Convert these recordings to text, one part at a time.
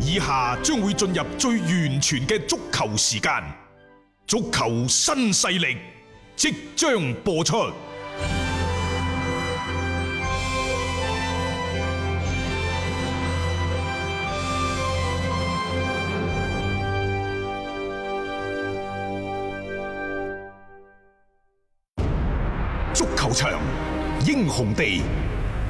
以下將會進入最完全嘅足球時間，足球新勢力即將播出。足球場，英雄地，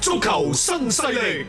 足球新勢力，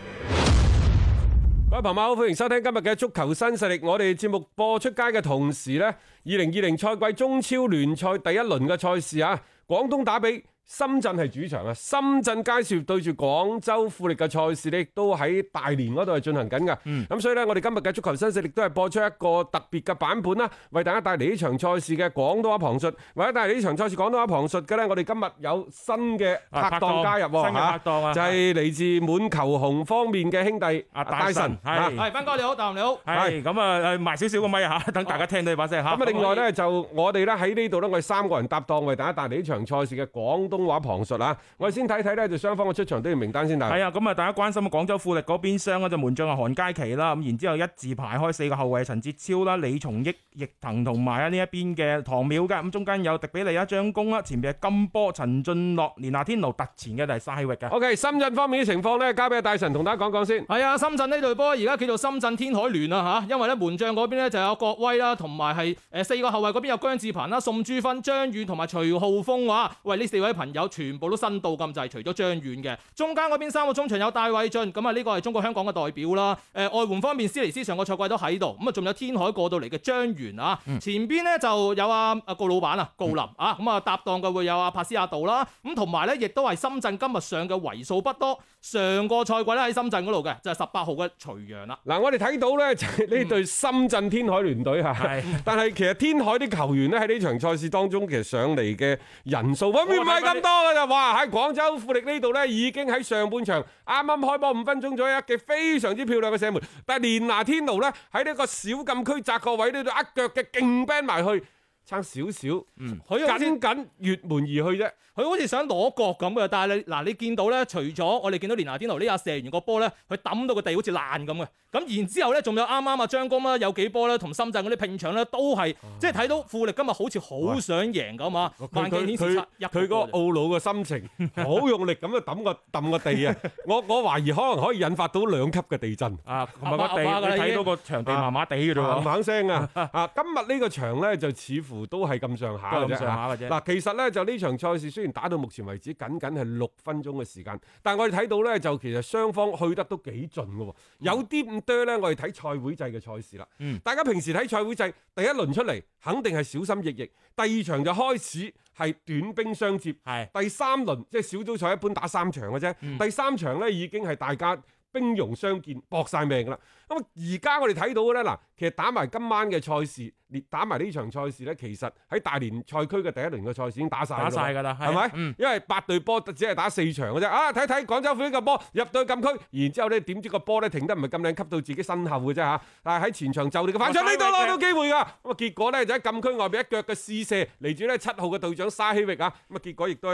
各位朋友好，歡迎收聽今日嘅足球新勢力。我哋節目播出街嘅同時呢，二零二零賽季中超聯賽第一輪嘅賽事啊，廣東打比深圳係主場啊，深圳佳兆業對住廣州富力嘅賽事呢，亦都喺大連嗰度係進行緊㗎。咁所以呢，我哋今日嘅足球新勢力都係播出一個特別嘅版本啦，為大家帶嚟呢場賽事嘅廣東話旁述，為大家帶嚟呢場賽事廣東話旁述嘅呢，我哋今日有新嘅啊拍拍檔檔加入喎，新嘅嚇拍檔啊就係係嚟自滿球紅方面嘅兄弟啊戴戴神神啊係係，斌哥你好，大雄你好。係咁啊， 誒埋少少個咪嚇，等大家聽到你把聲嚇。咁啊，另外呢，就我哋呢喺呢度呢，我哋三個人搭檔為大家帶嚟呢場賽事嘅廣東話旁述啊！我哋先睇睇呢，就雙方嘅出場都要名單先係睇。啊，咁啊，大家關心啊廣州富力嗰邊傷嗰就門將啊韓佳琪啦，咁然之後一字排開四個後衞陳哲超啦、李松益、易騰同埋啊呢一邊嘅唐淼嘅，咁中間有迪比利啊、張公啦，前邊係金波、陳俊樂、連拿天奴，突前嘅就係沙域嘅。 OK，深圳方面嘅情況呢，交俾阿戴神同大家講講先。係啊，深圳呢隊波而家叫做深圳天海聯啊嚇，因為咧門將嗰邊咧就有郭威啦，同埋係誒四個後衞嗰邊有姜志鵬啦、宋朱芬、張遠同埋徐浩峰啊。喂，呢四位朋友全部都新到咁滯，除咗張遠嘅。中間嗰邊三個中場有戴偉俊，咁啊呢個係中國香港嘅代表啦。誒、外援方面，斯尼斯上個賽季都喺度，咁啊仲有天海過到嚟嘅張元啊。前邊咧就有啊啊告老闆啊告林啊，咁啊搭檔嘅會有啊帕斯亞道啦，咁同埋咧亦都係深圳今日上嘅為數不多，上個賽季咧喺深圳嗰度嘅就係十八號嘅徐陽啦。嗱，我哋睇到呢，就嗯係呢隊深圳天海聯隊嚇係，但係其實天海啲球員呢，喺呢場賽事當中，其實上嚟嘅人數方面唔係咁多㗎咋。哇！喺廣州富力呢度呢，已經喺上半場啱啱開波五分鐘左右一記非常之漂亮嘅射門，但係連拿天奴呢，喺呢個小禁區窄角位呢度一腳嘅勁 band 埋去，差少少，嗯佢好似僅僅越門而去啫。佢好似想攞角咁嘅，但係你嗱你見到咧，除咗我哋見到連拿天奴呢下射完個波咧，佢抌到個地好似爛咁嘅。咁然之後咧，仲有啱啱啊張公啦，有幾波咧同深圳嗰啲拼搶咧，都係即係睇到富力今日好似好想贏咁啊！哦佢萬記佢顯示佢出一佢個個波啫懊惱嘅心情， 好用力咁樣抌個揼個地啊！我我懷疑可能可以引發到兩級嘅地震。啊，同埋個阿地，爸阿爸㗎啦你已睇經到個場地麻麻地嘅啫嘭喎，嘭聲 啊！啊，今日呢個場呢，就似乎都係咁上下嘅都啫啊係咁上下嘅啫嗱，其實呢，就呢場賽事雖然打到目前為止僅僅係六分鐘嘅時間，但我哋睇到呢，就其實雙方去得都幾盡嘅喎。有啲咁多呢，我哋睇賽會制嘅賽事啦。嗯大家平時睇賽會制，第一輪出嚟肯定係小心翼翼，第二場就開始係短兵相接。係第三輪即係小組賽一般打三場嘅啫，嗯第三場呢已經係大家兵戎相見，搏晒命㗎啦。咁啊，而家我哋睇到嘅呢，嗱，其實打埋今晚嘅賽事，連打埋呢場賽事呢，其實喺大連賽區嘅第一輪嘅賽事已經打晒㗎啦打晒㗎啦，係咪？嗯，因為八隊波只係打四場嘅啫。啊，睇睇廣州富力個波入到禁區，然之後呢點知個波呢停得唔係咁靚，吸到自己身後嘅啫嚇。但係喺前場就地嘅反搶呢度攞到機會㗎。咁啊結果呢，就喺禁區外邊一腳嘅試射，嚟住呢七號嘅隊長沙希域啊。咁啊結果亦都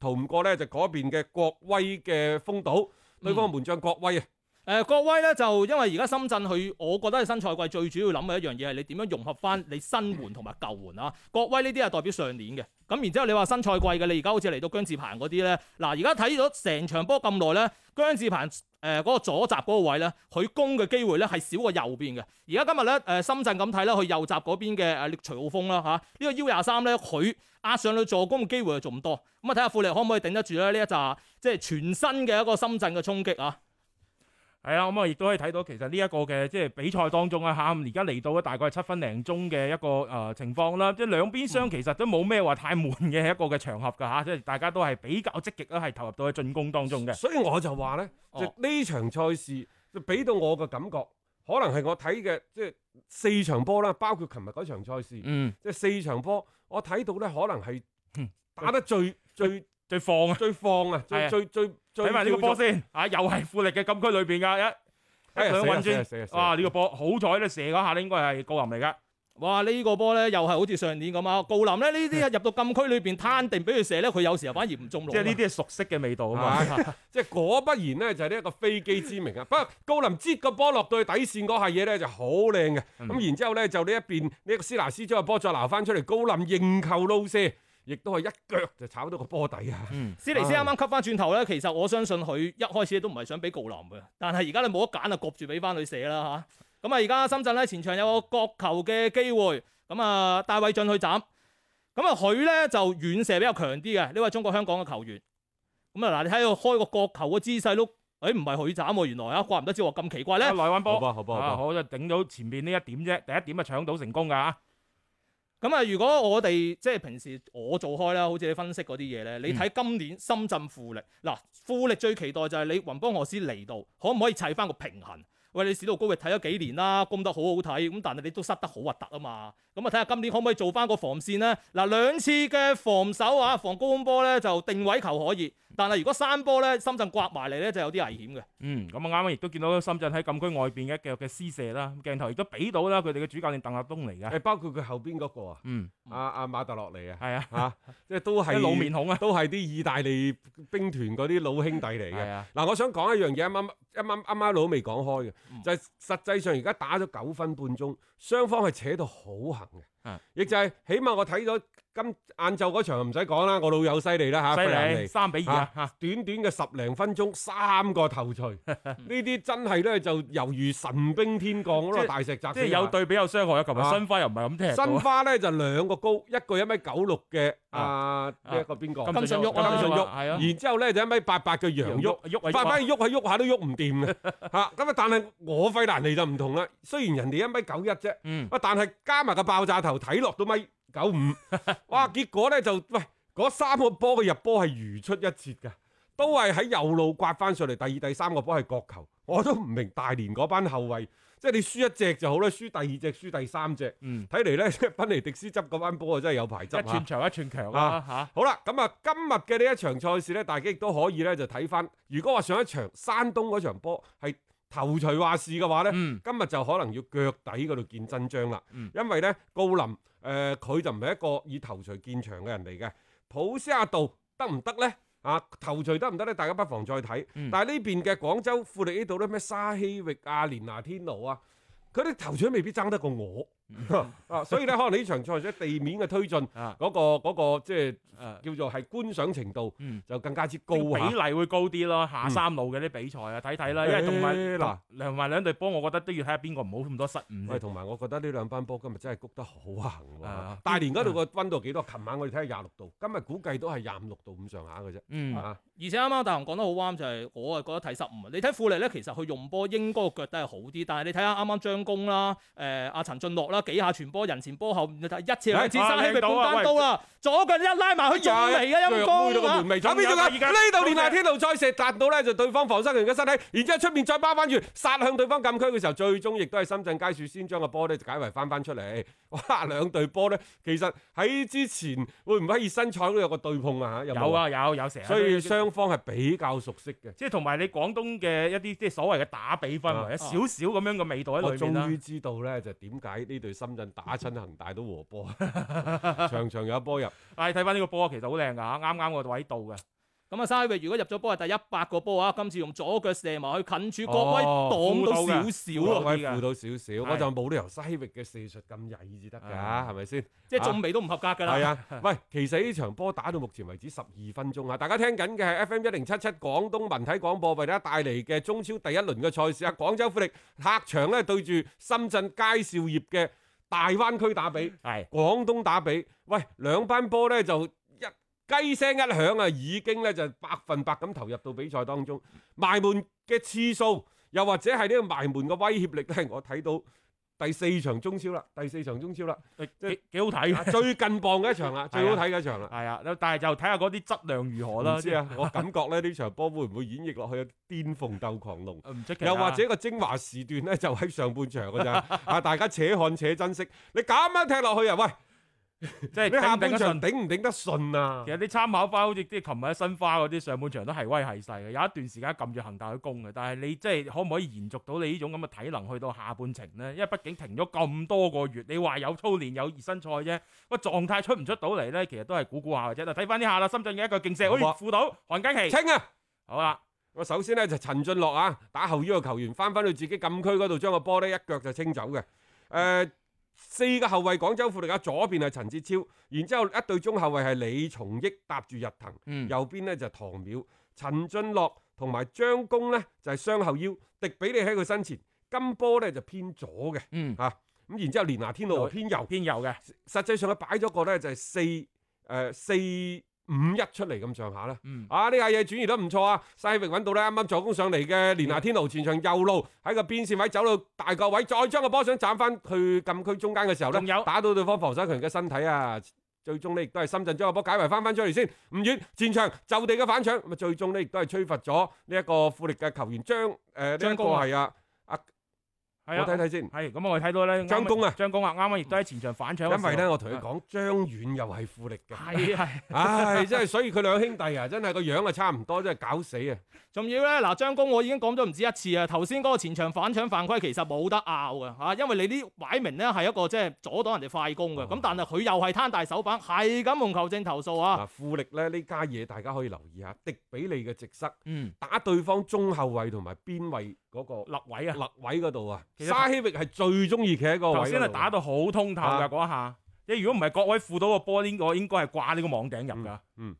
逃唔過呢，就嗰邊嘅國威嘅封堵。對方嘅門將國威啊，誒呃郭威咧就因為而家深圳佢，我覺得係新賽季最主要諗嘅一樣嘢係你點樣融合翻你新援同埋舊援啊。郭威呢啲係代表上年嘅，咁然之後你話新賽季嘅，你而家好似嚟到姜志鵬嗰啲咧，嗱而家睇咗成場波咁耐咧，姜志鵬。誒嗰、個左閘嗰個位咧，佢攻嘅機會咧係少過右邊嘅。而家今日咧誒深圳咁睇啦，佢右閘嗰邊嘅誒徐浩峰啦嚇，呢、個 U 廿三咧佢壓上去助攻嘅機會就仲多。咁啊睇下富力可唔可以頂得住咧呢一紮即係全新嘅一個深圳嘅衝擊啊！係啦，咁啊亦都可以睇到其實呢一個嘅即係比賽當中啊嚇，咁而家嚟到咧大概係七分零鐘嘅一個誒、呃情況啦，即係兩邊嗯廂其實都冇咩話太悶嘅一個嘅場合㗎嚇，即係大家都啊係比較積極啦，係投入到去進攻當中嘅。所以我就話呢，就哦呢場賽事就俾到我嘅感覺，可能係我睇嘅即係四場波啦，包括琴日嗰場賽事，嗯，即係四場波，我睇到咧可能係嗯打得最最最放啊！最放啊，係最啊最最最睇埋呢個叫做波先，啊，又係富力嘅禁區裏邊噶，一哎一呀兩死啦運死啦死啦轉，死啦啊哇！呢個波好彩咧，射嗰下咧應該係高林嚟噶，哇！呢、個波咧又係好似上年咁啊，郜林咧呢啲入到禁區裏邊攤定俾佢射咧，佢有時候反而唔中路啊。即係呢啲係熟悉嘅味道 啊嘛。係即係果不然呢，就係呢一個飛機之名啊！不過高林擠個波落到去底線嗰下嘢呢，就好靚嘅，咁、嗯然之後呢，就呢一邊呢、一個斯拿斯將個波再撈翻出嚟，高林認球撈射，亦都係一腳就炒到個波底啊！斯尼斯啱啱吸翻轉頭咧，其實我相信佢一開始都唔係想俾郜林嘅，但係而家你冇得揀啊，焗住俾翻佢射啦嚇。咁啊，而家深圳咧前場有個角球嘅機會，咁啊戴偉俊去斬，咁啊佢咧就遠射比較強啲嘅呢位中國香港嘅球員。咁啊嗱，你睇佢開個角球嘅姿勢都，誒唔係佢斬喎，原來啊，怪唔得之我咁奇怪咧啊。內灣波，好波好波好波啊 好就頂到前邊呢一點啫，第一點就搶到成功㗎啊！咁啊，如果我哋即係平時我做開啦，好似你分析嗰啲嘢咧，你睇今年深圳富力嗱，富力最期待就係你雲邦何斯嚟到，可唔可以砌翻個平衡？喂，你史道高域睇咗幾年啦，攻得好好睇，咁但係你都塞得好核突啊嘛。咁啊，睇下今年可唔可以做翻個防線呢？嗱，兩次嘅防守啊，防高空波咧就定位球可以，但係如果三波咧，深圳刮埋嚟咧就有啲危險嘅。嗯，咁啊啱啱亦都見到深圳喺禁區外邊嘅一腳嘅施射啦，鏡頭亦都俾到啦，佢哋嘅主教練鄧立東嚟㗎。誒，包括佢後邊嗰個啊，嗯，阿阿馬特洛尼 啊，係啊，嚇，即係都係啲老面孔啊，都係啲意大利兵團嗰啲老兄弟嚟係嘅。啊，嗱，我想講一樣嘢，啱啱啱啱啱啱老未講開嘅，嗯就係實際上而家打咗九分半鐘，雙方係扯到好行嘅嗯，亦就係起碼我睇咗今晏晝嗰場唔使講啦，我老友犀利啦嚇，犀費蘭利，尼三比二啊，嚇短短嘅十零分鐘三個頭 槌，呢啲真係咧就猶如神兵天降嗰即個係大石砸即死係有蟹對比有傷害啊！琴日啊申花又唔係咁踢到申啊，花咧就兩個高，一個一米九六嘅啊，呢一個邊個？金信煜啊金信煜係啊，然之後咧就一米八八嘅楊旭。喐八啊喐啊班喐係喐下都喐唔掂嘅 嚇，咁啊但係我費蘭尼就唔同啦，雖然人哋一米九一啫，嗯，啊但係加埋個爆炸頭睇落都米九五， 哇結果咧就喂嗰三個波嘅入波係如出一轍嘅，都係喺右路刮翻上嚟，第二第三個波係角球，我都唔明大連嗰班後衞，即係你輸一隻就好啦，輸第二隻輸第三隻，嗯睇嚟咧即係 賓尼迪斯執嗰班波啊真係有排執一啊寸！長一寸強啊嚇。好啦，咁啊，今日嘅呢一場賽事呢，大家亦都可以呢就睇翻。如果話上一場山東嗰場波係頭槌話事嘅話呢，嗯今日就可能要腳底嗰度見真章啦。嗯因為呢，郜林誒佢、就唔係一個以頭槌見長嘅人嚟嘅。普斯亞道得唔得呢？啊，頭槌得唔得呢？大家不妨再睇。嗯但係呢邊嘅廣州富力呢度呢，咩沙希域啊、連拿天奴啊，佢啲頭槌未必爭得過我 啊，所以呢，可能呢場賽事地面嘅推進嗰、嗯啊個嗰、個即係。誒叫做係觀賞程度嗯就更加之高啊個比嚇。例會高啲咯，下三路嘅啲比賽啊，睇睇啦，因為同埋誒嗱同埋兩隊波，我覺得都要睇下邊個唔好咁多失誤喂，啫。同埋我覺得呢兩班波今日真係谷得好行喎啊。大連嗰度個温度幾多？琴晚我哋睇下廿六度，今日估計都係廿五六度咁上下嘅啫。嗯，啊，而且啱啱大雄講得好啱，就係、我係覺得睇失誤。你睇富力咧，其實佢用波應該個腳底係好啲，但係你睇下啱啱張公啦、誒、阿陳俊樂啦，幾下傳波人前波後，你睇一次兩次哎生起啊咪靚到半啊單刀啦，左腳一拉埋去中嚟嘅陰腳妹到公個啊門！楣仲邊有仲有第二間呢度連好夏嘅天奴再射達到呢，就對方防守人嘅身體，然之後出面再包翻住殺向對方禁區嘅時候，最終亦都係深圳佳樹先將個波呢就解圍翻翻出嚟。哇！兩隊波呢，其實喺之前會唔會喺熱身賽嗰度有個對碰啊？嚇有冇有，啊有有成日都，所以雙方係比較熟悉嘅。即係同埋你廣東嘅一啲即係所謂嘅打比氛啊圍，有少少咁樣嘅味道喺我裏面啊啦終。於知道咧，就點解呢隊深圳打親恒大都和波， 場場有一波入。但係睇翻呢個波其實好靚㗎嚇，啱啱個位度嘅。咁啊，沙域如果入咗波係第一百個波啊，今次用左腳射埋去近柱，各位哦擋到輔導少嘅少啊，威啲㗎負到少少，我就冇理由西域嘅射術咁曳至得㗎，啊係咪先？即係仲未都唔合格㗎啦。係啊，喂，其實呢場波打到目前為止十二分鐘啊！大家聽緊嘅係 FM 一零七七廣東文體廣播為大家帶嚟嘅中超第一輪嘅賽事啊！廣州富力客場咧對住深圳佳兆業嘅大灣區打比。係廣東打比，喂，兩班波呢就一雞聲一響啊，已經呢就百分百咁投入到比賽當中，埋門嘅次數，又或者係呢個埋門嘅威脅力呢，我睇到第四場中超啦，第四場中超啦，即係幾幾好睇啊嘅，最近磅嘅一場啊啦，最好睇嘅一場啦。係啊，但係就睇下嗰啲質量如何我啦。唔知啊，我感覺咧呢場波會唔會演繹落去巔峰鬥狂龍？ 即係，唔出奇啊。又或者個精華時段咧，就喺上半場㗎 咋啊！大家且看且珍惜。你咁樣踢落去啊，喂！即係你下頂唔頂半得場順。頂唔頂得順啊其？實你參考翻好似啲琴日申花嗰啲上半場都係威係勢嘅，有一段時間撳住恒大去攻嘅，但係你即係可唔可以延續到你呢種咁嘅體能去到下半程呢？因為畢竟停咗咁多個月，你話有操練有熱身賽啫，個狀態出唔出到嚟呢？其實都係估估下嘅啫。嗱，睇翻啲下啦，深圳嘅一個勁射，好好啊似輔到韓佳琪，清啊！好啦，我首先咧就陳俊樂啊，打後腰嘅球員翻返去自己禁區嗰度，將個波呢一腳就清走嘅。誒、呃四個後衞廣州富力啊，左邊係陳哲超，然之後一對中後衞係李松益搭住日騰，嗯右邊呢就係唐淼、陳俊樂同埋張公呢就係、雙後腰，迪比利喺佢身前，金波呢就偏左嘅，嗯，啊咁然之後連拿天路偏右。偏右嘅，實際上佢擺咗個咧就係四誒四五一出嚟咁上下啦。嗯啊呢下嘢轉移得唔錯啊！西域揾到咧，啱啱助攻上嚟嘅連拿天奴前場右路喺個邊線位走到大角位，再將個波想斬翻去禁區中間嘅時候仲咧有，打到對方防守強嘅身體啊！最終呢，亦都係深圳將個波解圍翻翻出嚟先，唔遠前場就地嘅反搶，咁啊最終呢，亦都係吹罰咗呢一個富力嘅球員張誒呢一張個公啊係啊，我係啊睇。睇先，係咁，我哋睇到咧，張公啊張公啊，啱啱亦都喺前場反搶嘅時候。因為咧我同你講張遠又係富力嘅。係，係係唉，真係，所以佢兩兄弟啊，真係個樣啊差唔多，真係搞死啊！仲要咧，嗱張公我已經講咗唔止一次啊！頭先嗰個前場反搶犯規其實冇得拗嘅嚇，因為你呢擺明咧係一個即係阻擋人哋快攻啊嘅，咁、但係佢又係攤大手板，係咁用球證投訴啊！嗱，富力咧呢家嘢大家可以留意下，迪比利嘅直塞嗯，打對方中後衞同埋邊衞嗰個立位啊。勒位嗰度啊，其實沙希域係最中意企喺個位嗰頭度。先係打到好通透啊㗎嗰一下，你如果唔係各位輔到個波，呢個應該係掛呢個網頂入㗎。嗯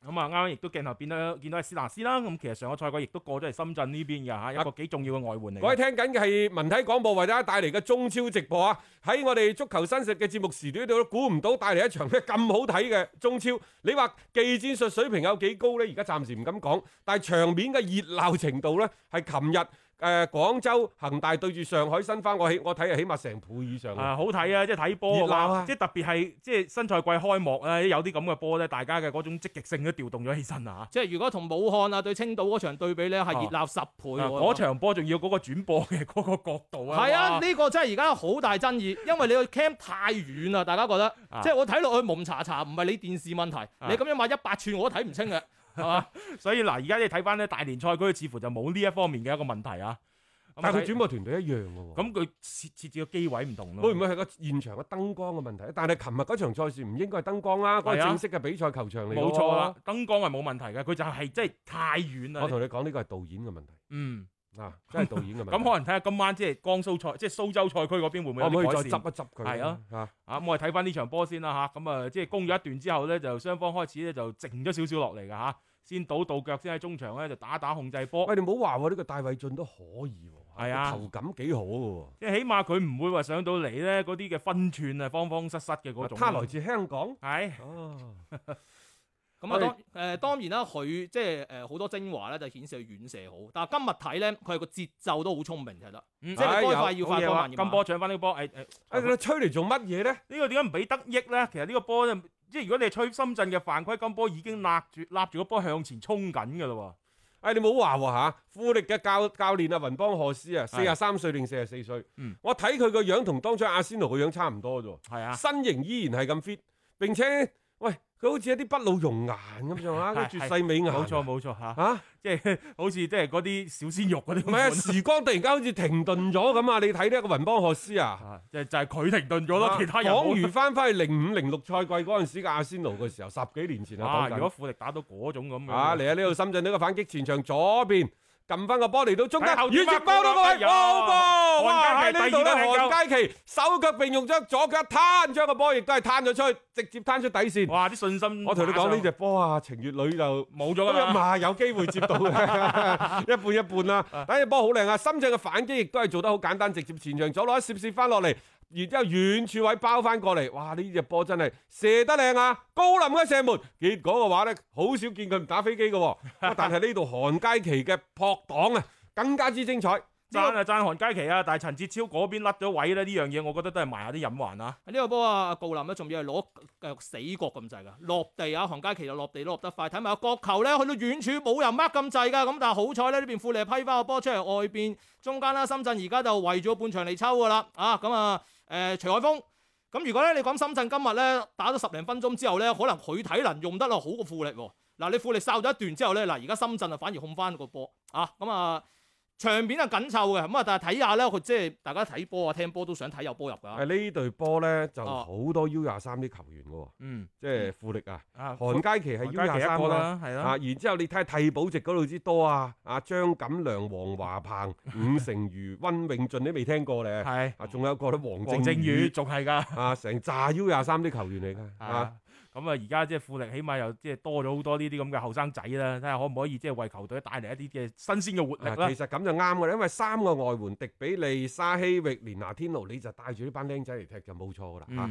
咁啊，啱啱亦都鏡頭變到見到係斯拿斯啦。咁其實上個賽季亦都過咗嚟深圳呢邊㗎嚇，一個幾重要嘅外援嚟啊各位嘅。聽緊嘅係文體廣播為大家帶嚟嘅中超直播啊！喺我哋足球新食嘅節目時段度，估唔到帶嚟一場咧咁好睇嘅中超。你話技戰術水平有幾高呢？而家暫時唔敢講，但係場面嘅熱鬧程度呢，係琴日誒廣州恒大對住上海申花，我起我睇係起碼成倍以上嘅。啊，好睇啊！即係睇波嘅熱鬧啊話，即係特別係即係新賽季開幕咧，有啲咁嘅波咧，大家嘅嗰種積極性都調動咗起身啊！即係如果同武漢啊對青島嗰場對比咧，係熱鬧十倍嚇啊喎。嗰場波仲要嗰個轉播嘅嗰個角度啊！係啊，哇呢個真係而家好大爭議，因為你個 cam 太遠啦，大家覺得，啊即係我睇落去蒙查查，唔係你電視問題，你咁樣買一百寸我都睇唔清嘅，啊係嘛？ 所以嗱，而家你睇翻咧大連賽區，似乎就冇呢一方面嘅一個問題啊。咁但係佢睇轉播團隊一樣嘅喎。咁佢設設置個機位唔同咯。會唔會係個現場嘅燈光嘅問題？但係琴日嗰場賽事唔應該係燈光啦，嗰個係啊正式嘅比賽球場嚟。冇錯啊啦，，燈光係冇問題嘅，佢就係即係太遠我啦。同你講呢個係導演嘅問 題嗯，啊，真係導演嘅問題。咁可能睇下今晚即係江蘇賽，即係蘇州賽區嗰邊會唔可會有唔可以啲哦再改善？執一執佢？係啊，嚇啊，咁我哋睇翻呢場波先啦吓，咁啊，即係攻咗一段之後咧，就雙方開始咧就靜咗少少落嚟㗎吓，先倒到腳先喺中場咧就打打控制波，喂，你唔好話喎，呢個戴偉俊都可以喎，係啊個球感幾好嘅即係起碼佢唔會話上到嚟咧嗰啲嘅分寸啊方方失失嘅嗰喎。種。他來自香港，係哦，咁啊，當誒、當然啦，佢即係誒好多精華咧，就顯示佢遠射好。但係今日睇咧，佢係個節奏都好聰明，其實嗯即係哎你該有快要好快，嘢該喎慢要金慢。波搶翻呢個波，哎誒誒，啊你吹嚟做乜嘢咧？呢個點解唔俾得益咧？其實呢個波咧，即係如果你係吹深圳嘅犯規，金波已經揦住揦住個波向前衝緊㗎啦喎。誒哎你冇話喎嚇，富力嘅教教練啊，雲邦賀斯啊，四十三歲定四十四歲嗯，我睇佢個樣同當初阿仙奴個樣差唔多啫喎，係啊。身形依然係咁 fit，並且喂佢好似一啲不露容顏咁上下，係跟住細美顏，冇錯冇錯嚇，嚇，即係 好似即係嗰啲小鮮肉嗰啲唔咁係啊，款時光突然間好似停頓咗咁啊！你睇呢一個雲邦賀斯啊。啊，就就係佢停頓咗咯，其他人講冇啊如翻翻去零五零六賽季嗰陣時嘅阿仙奴嘅時候，十幾年前啊，啊，講緊如果富力打到嗰種咁樣啊嚟喺呢度深圳呢個反擊前場左邊撳翻個波嚟到中間，睇後遠點啊直包到個哎位，呀好波！哇！喺韓佳呢琪度咧，第二個韓踢佳琪手腳並用將左腳一攤，將個波亦都係攤咗出去，直接攤出底線。哇啲信心，我同你講呢只波啊，情越女就〜冇咗咁㗎啊嘛，嘛，有機會接到嘅， 一半一半啦。第一波好靚啊，深圳嘅反擊亦都係做得好簡單，直接前場左攞一攝攝翻落嚟，然之後遠處位包翻過嚟，哇！呢只波真係射得靚啊，高林嘅射門。結果嘅話咧，好少 見佢唔打飛機嘅喎。哇但係呢度韓佳琪嘅撲擋啊，更加之精彩。爭啊爭韓佳琪啊，但係陳哲超嗰邊甩咗位咧，呢樣嘢我覺得都係埋下啲隱患啊。呢個波啊，郜林咧仲要係攞誒死角咁滯㗎，落地啊，韓佳琪就落地都落得快，睇埋個角球咧，去到遠處冇人 mark 咁滯㗎，咁但係好彩咧，呢邊富力批翻個波出嚟外邊中間啦，深圳而家就圍咗半場嚟抽㗎啦，啊咁啊誒徐海峰，咁如果咧你講深圳今日咧打咗十零分鐘之後咧，可能佢體能用得落好過富力喎，嗱你富力哨咗一段之後咧，嗱而家深圳啊反而控翻個波啊，咁啊場面啊緊湊嘅，咁啊但係睇下咧佢即係大家睇波啊聽波都想睇有波入哦㗎。誒呢隊波咧就哦好多 U 廿三啲球員嘅喎，嗯，即係富力啊，啊，韓佳琪係韓 U 佳廿琪三一個啦。啦，係啊！啦，然之後你睇下替補席嗰度之多啊！啊張錦良、黃華 鵬、伍成瑜、温永俊，你未聽過咧？係啊，仲有一個咧，黃黃正正宇仲係㗎。啊，成炸 U 廿三啲球員嚟 㗎啊！啊，咁啊，而家即係富力，起碼又即係多咗好多呢啲咁嘅後生仔啦，睇下可唔可以即係為球隊帶嚟一啲嘅新鮮嘅活啊力啦其。實咁就啱㗎啦，因為三個外援迪比利、沙希域、連拿天奴，你就帶住呢班僆仔嚟踢就冇錯㗎啦啊嚇。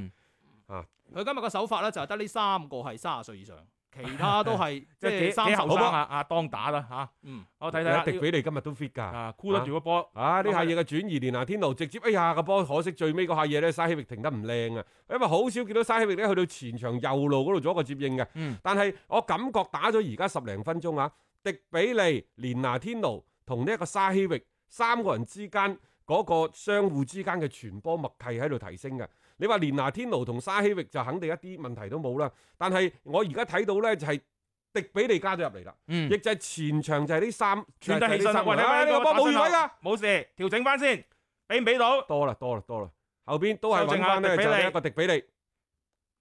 嗯，佢今日嘅手法咧就係得呢三個係三十歲以 上，其他都係即即係幾係三幾十後生啦。啊，阿當打啦嚇，嗯，我睇睇啊啦迪比利今日都 fit 㗎。啊，箍得住個波，啊！呢下嘢嘅轉移，連拿天奴直接哎呀個波，可惜最尾嗰下嘢咧，沙希域停得唔靚啊！因為好少見到沙希域咧去到前場右路嗰度做一個接應嘅。嗯但係我感覺打咗而家十零分鐘啊，迪比利、連拿天奴同呢一個沙希域三個人之間嗰、個相互之間嘅傳波默契喺度提升嘅。你話連拿天奴同沙希域就肯定一啲問題都冇啦，但係我而家睇到咧就係、迪比利加咗入嚟啦，嗯亦就係前場就係呢三，轉得起就係呢身啦三。個喂，人睇啊呢呢個波冇越位㗎。冇事，調整翻先，俾唔俾到？多啦多啦多啦，後邊都係修正揾下翻咧迪就比利係一個迪比利，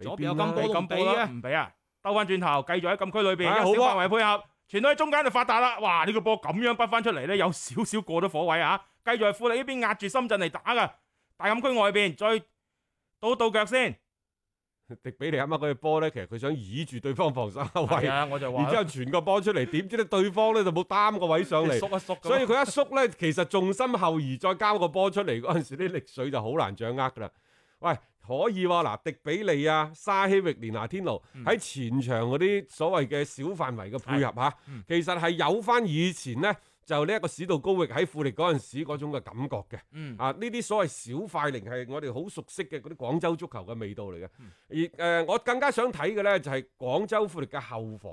左邊俾邊有啦金波咁波啦，唔俾啊，兜翻轉頭，繼續喺禁區裏邊，啊一個好小啊範圍配合，傳到喺中間就發達啦。哇！呢個波咁樣畢翻出嚟咧，有少少過咗火位啊！繼續係富力呢邊壓住深圳嚟打噶，大禁區外邊再到到腳先。迪比利啱啱嗰隻波咧，其實佢想倚住對方防守後係衞，啊，我就 話然之後傳個波出嚟，點知咧對方咧就冇擔個位上縮嚟。一縮咁，啊所以佢一縮咧，其實重心後移再交個波出嚟嗰陣時，啲力水就好難掌握㗎啦。喂，可以喎、嗱，迪比利啊、沙希域、連拿天奴嗯喺前場嗰啲所謂嘅小範圍嘅配合嚇，嗯其實係有翻以前咧就呢一個史道高域喺富力嗰陣時嗰種嘅感覺嘅。嗯啊，呢啲所謂小快靈係我哋好熟悉嘅嗰啲廣州足球嘅味道嚟嘅。嗯而誒、呃我更加想睇嘅咧就係、廣州富力嘅後防，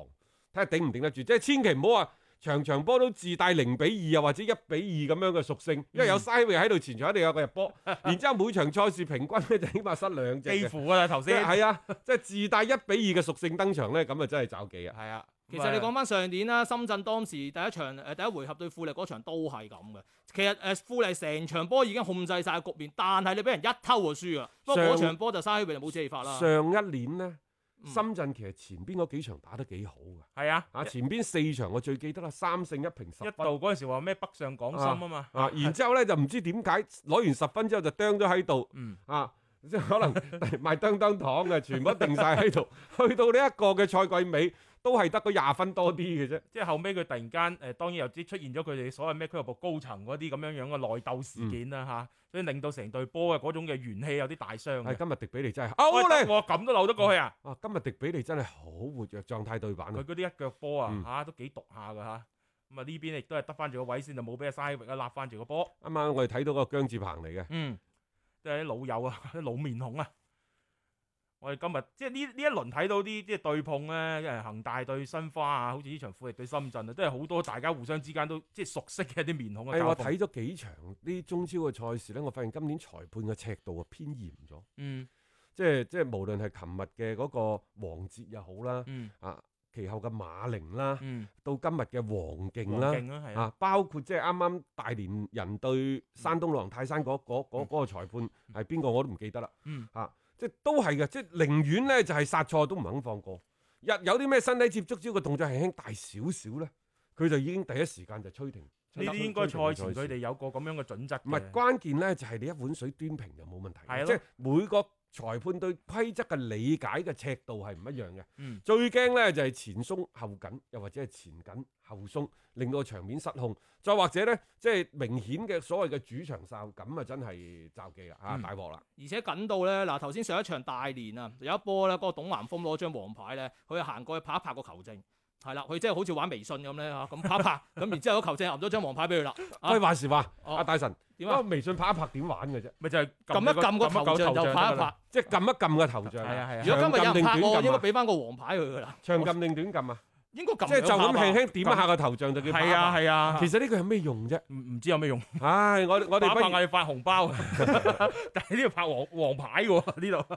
睇下頂唔頂得住。即係千祈唔好話場場波都自帶零比二又啊或者一比二咁樣嘅屬嗯性，因為有西域喺度前場一定有個入 波，然之後每場賽事平均咧就起碼失兩隻幾嘅。乎噶啦頭即係先。係啊，即係自帶一比二嘅屬性登場咧，咁啊真係找忌啊！係啊，其實你講翻上年啦，深圳當時第一場誒第一回合對富力嗰場都係咁嘅。其實誒富力成場波已經控制晒局面，但係你俾人一偷就輸啊。不過上嗰場波就嘥佢哋冇借法啦。上一年呢，嗯深圳其實前邊嗰幾場打得幾好㗎。係啊，啊，前邊四場我最記得啦，三勝一平十一度分。嗰陣時話咩北上廣深啊嘛，啊，然之後咧就唔知點解攞完十分之後就釘咗喺度，嗯啊，即係可 能賣釘釘糖嘅，全部都定晒喺度。 去到呢一個嘅賽季尾，都係得個廿分多啲嘅啫。即係後尾佢突然間誒、呃，當然又知出現咗佢哋所謂咩俱樂部高層嗰啲咁樣樣嘅內鬥事件啦嚇、所以令到成隊波嘅嗰種嘅元氣有啲大傷啊嘅係今日迪比利真係喂歐得力我咁都扭得過去啊！啊！今日迪比利真係好活躍，狀態對版佢啊！嗰啲一腳波啊嗯嚇、都幾毒下噶嚇。咁啊呢邊亦都係得翻住個位先，就冇俾阿沙域啊立翻住個波。啱啱我哋睇到個姜志鵬嚟嘅，嗯，即係啲老友啊， 啲老面孔啊。我哋今日即係呢呢一輪睇到啲即係對碰咧，誒恒大對申花啊，好似呢場富力對深圳啊，都係好多大家互相之間都即係熟悉嘅一啲面孔嘅誒，交我鋒。睇咗幾場呢中超嘅賽事咧，我發現今年裁判嘅尺度啊偏嚴咗，嗯即係即係無論係琴日嘅嗰個王哲又好啦。嗯啊，其後嘅馬寧啦，嗯，到今日嘅黃勁王啦，勁啊，係啊，啊，包括即係啱啱大連人對山東魯能泰山嗰嗰嗰嗰個裁判係邊個我都唔記得啦，嗯啊，即係都係嘅，即係寧願咧就係殺錯都唔肯放過。日有啲咩身體接觸，只要個動作輕輕大少少咧，佢就已經第一時間就吹停。呢啲應該賽前佢哋有個咁樣嘅準則唔係嘅。關鍵咧，就係你一碗水端平就冇問題係。即係咯每個裁判對規則嘅理解嘅尺度係唔一樣嘅。嗯最驚咧就係前鬆後緊，又或者係前緊後鬆，令到個場面失控。再或者咧，即係明顯嘅所謂嘅主場哨，咁啊真係罩忌啦嚇，嗯大鑊啦！而且緊到咧，嗱頭先上一場大連啊，有一波咧，嗰、個董南峰攞張黃牌咧，佢係行過去拍一拍個球證，係啦，佢即係好似玩微信咁咧嚇，咁拍一拍，咁然之後個球證揞咗張黃牌俾佢啦，啊喂，話時話，哦阿大神，點啊嗰個微信拍一拍點玩嘅啫？咪就係撳一撳個頭像就拍一拍。即係撳一撳個頭像。係啊係啊如果今日有人拍我，應該啊？俾翻個黃牌佢噶啦，長撳定短撳啊？應該撳即係就咁哦兩下吧輕輕點一下個頭像就叫拍一係拍啊係啊，其實呢個有咩用啫？唔唔知有咩用？唉，我我我哋哋不拍如我哋發紅包， 但係呢度拍黃黃牌嘅喎， 呢度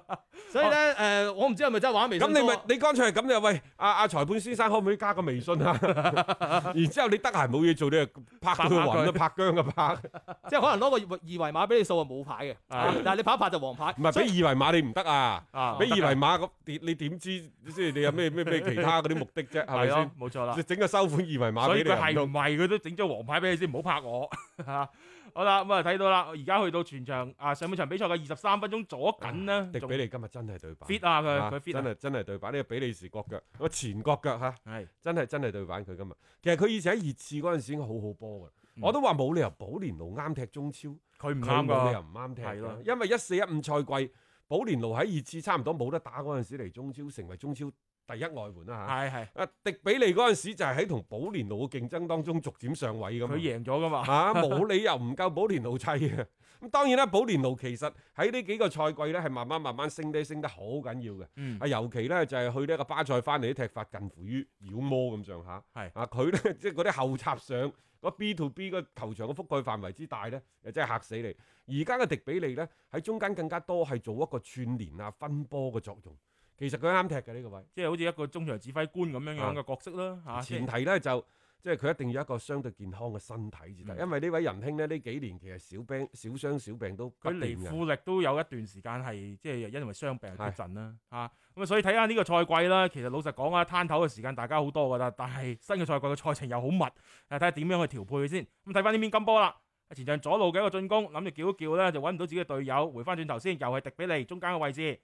所以咧誒，我唔知係咪真係玩微信咁多。啊你咪你乾脆係咁就喂阿阿裁判先生可唔可以加個微信啊？ 然之後你得閒冇嘢做，你就拍佢暈啦，拍姜嘅啊拍，即係可能攞個二維碼俾你掃啊冇牌嘅，啊但係你拍一拍就黃牌。唔係所以俾二維碼你唔得啊！啊俾二維碼咁，你你點知即係你有咩咩咩其他嗰啲目的啫？ 係咪係咯先？，冇錯啦你。整個收款二維碼所以俾你佢啊。係唔係佢都整咗黃牌俾你先，唔好拍我 嚇。好啦，咁啊睇到啦，而家去到全場啊上半場比賽嘅二十三分鐘左緊啦，啊迪仲比利今日真係對版 fit 啊啊佢佢 fit 真啊係真係對版呢個比利時國腳，我前國腳嚇，係真係真係對版佢今日。其實佢以前喺熱刺嗰陣時已經好好波㗎，嗯我都話冇理由保連奴啱踢中超，佢唔佢啱冇理由㗎，唔啱踢係咯㗎，因為一四一五賽季保連奴喺熱刺差唔多冇得打嗰陣時嚟中超，成為中超第一外援啦嚇。係係啊！迪比利嗰陣時就係喺同保連奴嘅競爭當中逐漸上位咁。啊佢贏咗㗎嘛，嚇，啊冇理由唔夠保連奴砌嘅。咁當然啦，保連奴其實喺呢幾個賽季咧係慢慢慢慢升低，升得好緊要嘅。嗯啊，尤其咧就係去呢個巴塞翻嚟啲踢法近乎於妖魔咁上下。係啊，佢咧 即係嗰啲後插上嗰 B to B 個球場嘅覆蓋範圍之大咧，又真係嚇死你。而家嘅迪比利咧喺中間更加多係做一個串連啊、分波嘅作用。其實佢啱踢嘅呢個位。即係好似一個中場指揮官咁樣樣嘅角色啦嚇。啊即係前提咧就即係佢一定要一個相對健康嘅身體至得，嗯因為呢位仁兄咧呢幾年其實小病小傷小病都不斷佢離嘅。富力都有一段時間係即係因為傷病缺係陣啦嚇，咁啊所以睇下呢個賽季啦，其實老實講啊，攤頭嘅時間大家好多噶啦，但係新嘅賽季嘅賽程又好密，誒睇下點樣去調配佢先。咁睇翻呢邊金波啦，前場左路嘅一個進攻，諗住叫一叫咧就揾唔到自己嘅隊友，回翻轉頭先，又係迪比利中間嘅位置，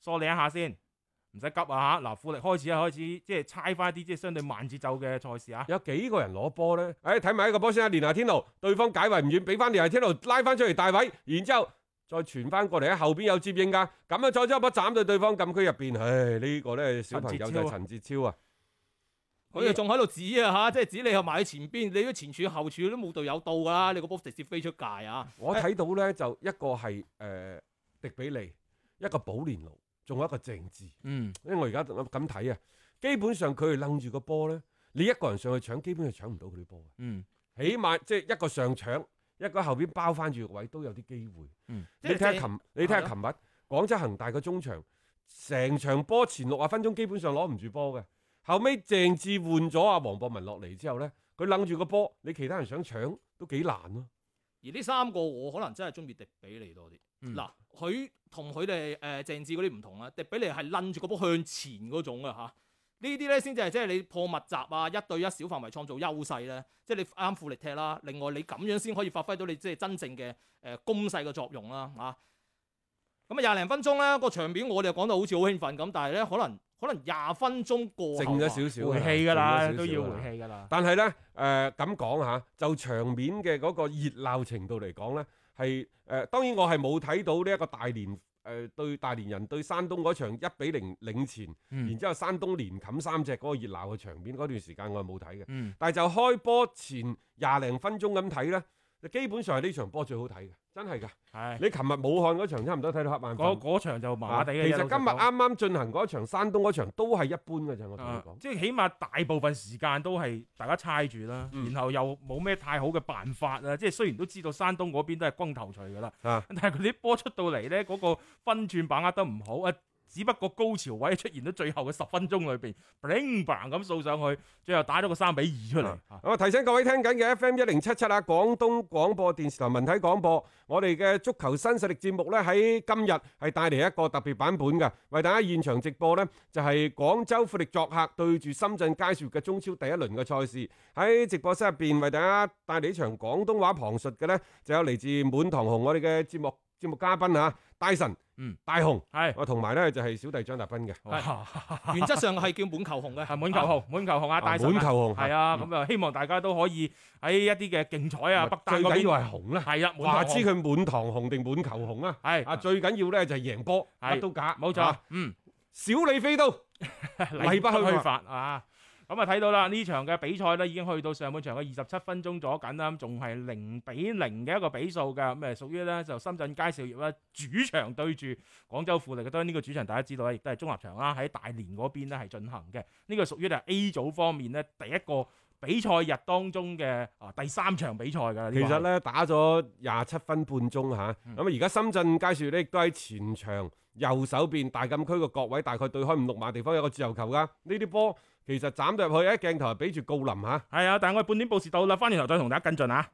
梳理一下先，唔使急啊嚇。嗱，富力開始啊開始即係猜翻一啲即係相對慢節奏嘅賽事啊。有幾個人攞波咧？誒睇埋一個波先啊！連拿天奴，對方解圍唔遠，俾翻連拿天奴拉翻出嚟大位，然之後再傳翻過嚟喺後邊有接應㗎。咁啊再將一波斬到對方禁區入邊。唉，呢、個咧小朋友就係陳哲超啊！佢哋仲喺度指啊嚇，即係指你又埋去前邊，你都前處後處都冇隊友到㗎啦，你個波直接飛出界啊！我睇到咧就一個係誒、迪比利，一個保連奴，仲有一個鄭智。嗯，因為我而家咁睇啊，基本上佢哋楞住個波咧，你一個人上去搶，基本上搶唔到佢啲波嘅。嗯，起碼即係一個上搶，一個喺後邊包翻住個位都有啲機會。嗯你睇下即係琴，你睇下琴日廣州恒大個中場，成場波前六啊分鐘基本上攞唔住波嘅。後尾鄭智換咗阿黃博文落嚟之後咧，佢楞住個波，你其他人想搶都幾難咯、而呢三個我可能真係中意迪比利多啲。嗯嗱、佢同佢哋誒鄭智嗰啲唔同啦，啊迪比利係攆住個波向前嗰種嘅嚇。呢啲咧先至係即係你破密集啊，一對一小範圍創造優勢咧，即係你啱富力踢啦。另外你咁樣先可以發揮到你即係真正嘅誒、呃攻勢嘅作用啦嚇。咁啊廿零分鐘咧個場面我哋講到好似好興奮咁，但係咧可能可能廿分鐘過靜後咗啊少少啊，回氣㗎啦，靜咗少都少要啊回氣㗎啦。但係咧，誒咁講嚇，就場面嘅嗰個熱鬧程度嚟講咧，係誒、呃、當然我係冇睇到呢一個大連誒、呃、對大連人對山東嗰場一比零領前，嗯然之後山東連冚三隻嗰個熱鬧嘅場面嗰段時間我係冇睇嘅。嗯，但係就開波前廿零分鐘咁睇咧，就基本上係呢場波最好睇嘅，真係㗎。係你琴日武漢嗰場差唔多睇到黑眼嗰瞓。嗰場就麻麻啊地其嘅啫。實老實今日講啱啱進行嗰場山東嗰場都係一般嘅啫，我同你啊講。即係起碼大部分時間都係大家猜住啦，嗯然後又冇咩太好嘅辦法啦。即係雖然都知道山東嗰邊都係光頭鎚噶啦，啊但係佢啲波出到嚟呢，嗰、個分寸把握得唔好啊。只不過高潮位出現到最後嘅十分鐘裏邊，bling bang 咁掃上去，最後打咗個三比 二出嚟。啊咁啊，提醒各位聽緊嘅 FM 一零七七啊，廣東廣播電視台文體廣播，我哋嘅足球新勢力節目呢，喺今日係帶嚟一個特別版本嘅，為大家現場直播呢，就係、廣州富力作客對住深圳佳兆業嘅中超第一輪嘅賽事。喺直播室入邊為大家帶嚟一場廣東話旁述嘅呢，就有嚟自滿堂紅我哋嘅節目節目嘉賓啊，大神、嗯、大雄，係我同埋呢就係、小弟張達斌嘅。哇原則上係叫滿球 紅嘅，啊係滿球紅，滿球紅啊，大神啊滿球紅係啊，咁啊，希望大家都可以喺一啲嘅競彩啊，北最單嗰緊要邊係紅啦，係啊，話滿知球紅佢滿堂紅定滿球紅啊！係啊，最緊要咧就係贏波，係乜都假，冇錯啊，嗯。小李飛刀，禮不虛法啊！咁啊睇到啦，呢場嘅比賽咧已經去到上半場嘅二十七分鐘左緊啦，咁仲係零比零嘅一個比數㗎，咁啊誒屬於咧就深圳佳兆業啦，主場對住廣州富力嘅，當然呢個主場大家知道咧，亦都係綜合場啦，喺大連嗰邊咧係進行嘅，呢、個屬於就係 A 組方面咧第一個比賽日當中嘅啊第三場比賽㗎啦。呢個其係實咧打咗廿七分半鐘嚇，嗯咁啊而家深圳佳兆業咧亦都喺前場右手邊大禁區個角位，大概對開五六碼地方有個自由球噶。呢啲波其實斬到入去，一鏡頭係俾住郜林嚇。係啊，但係我哋半點報時到啦，翻轉頭再同大家跟進啊。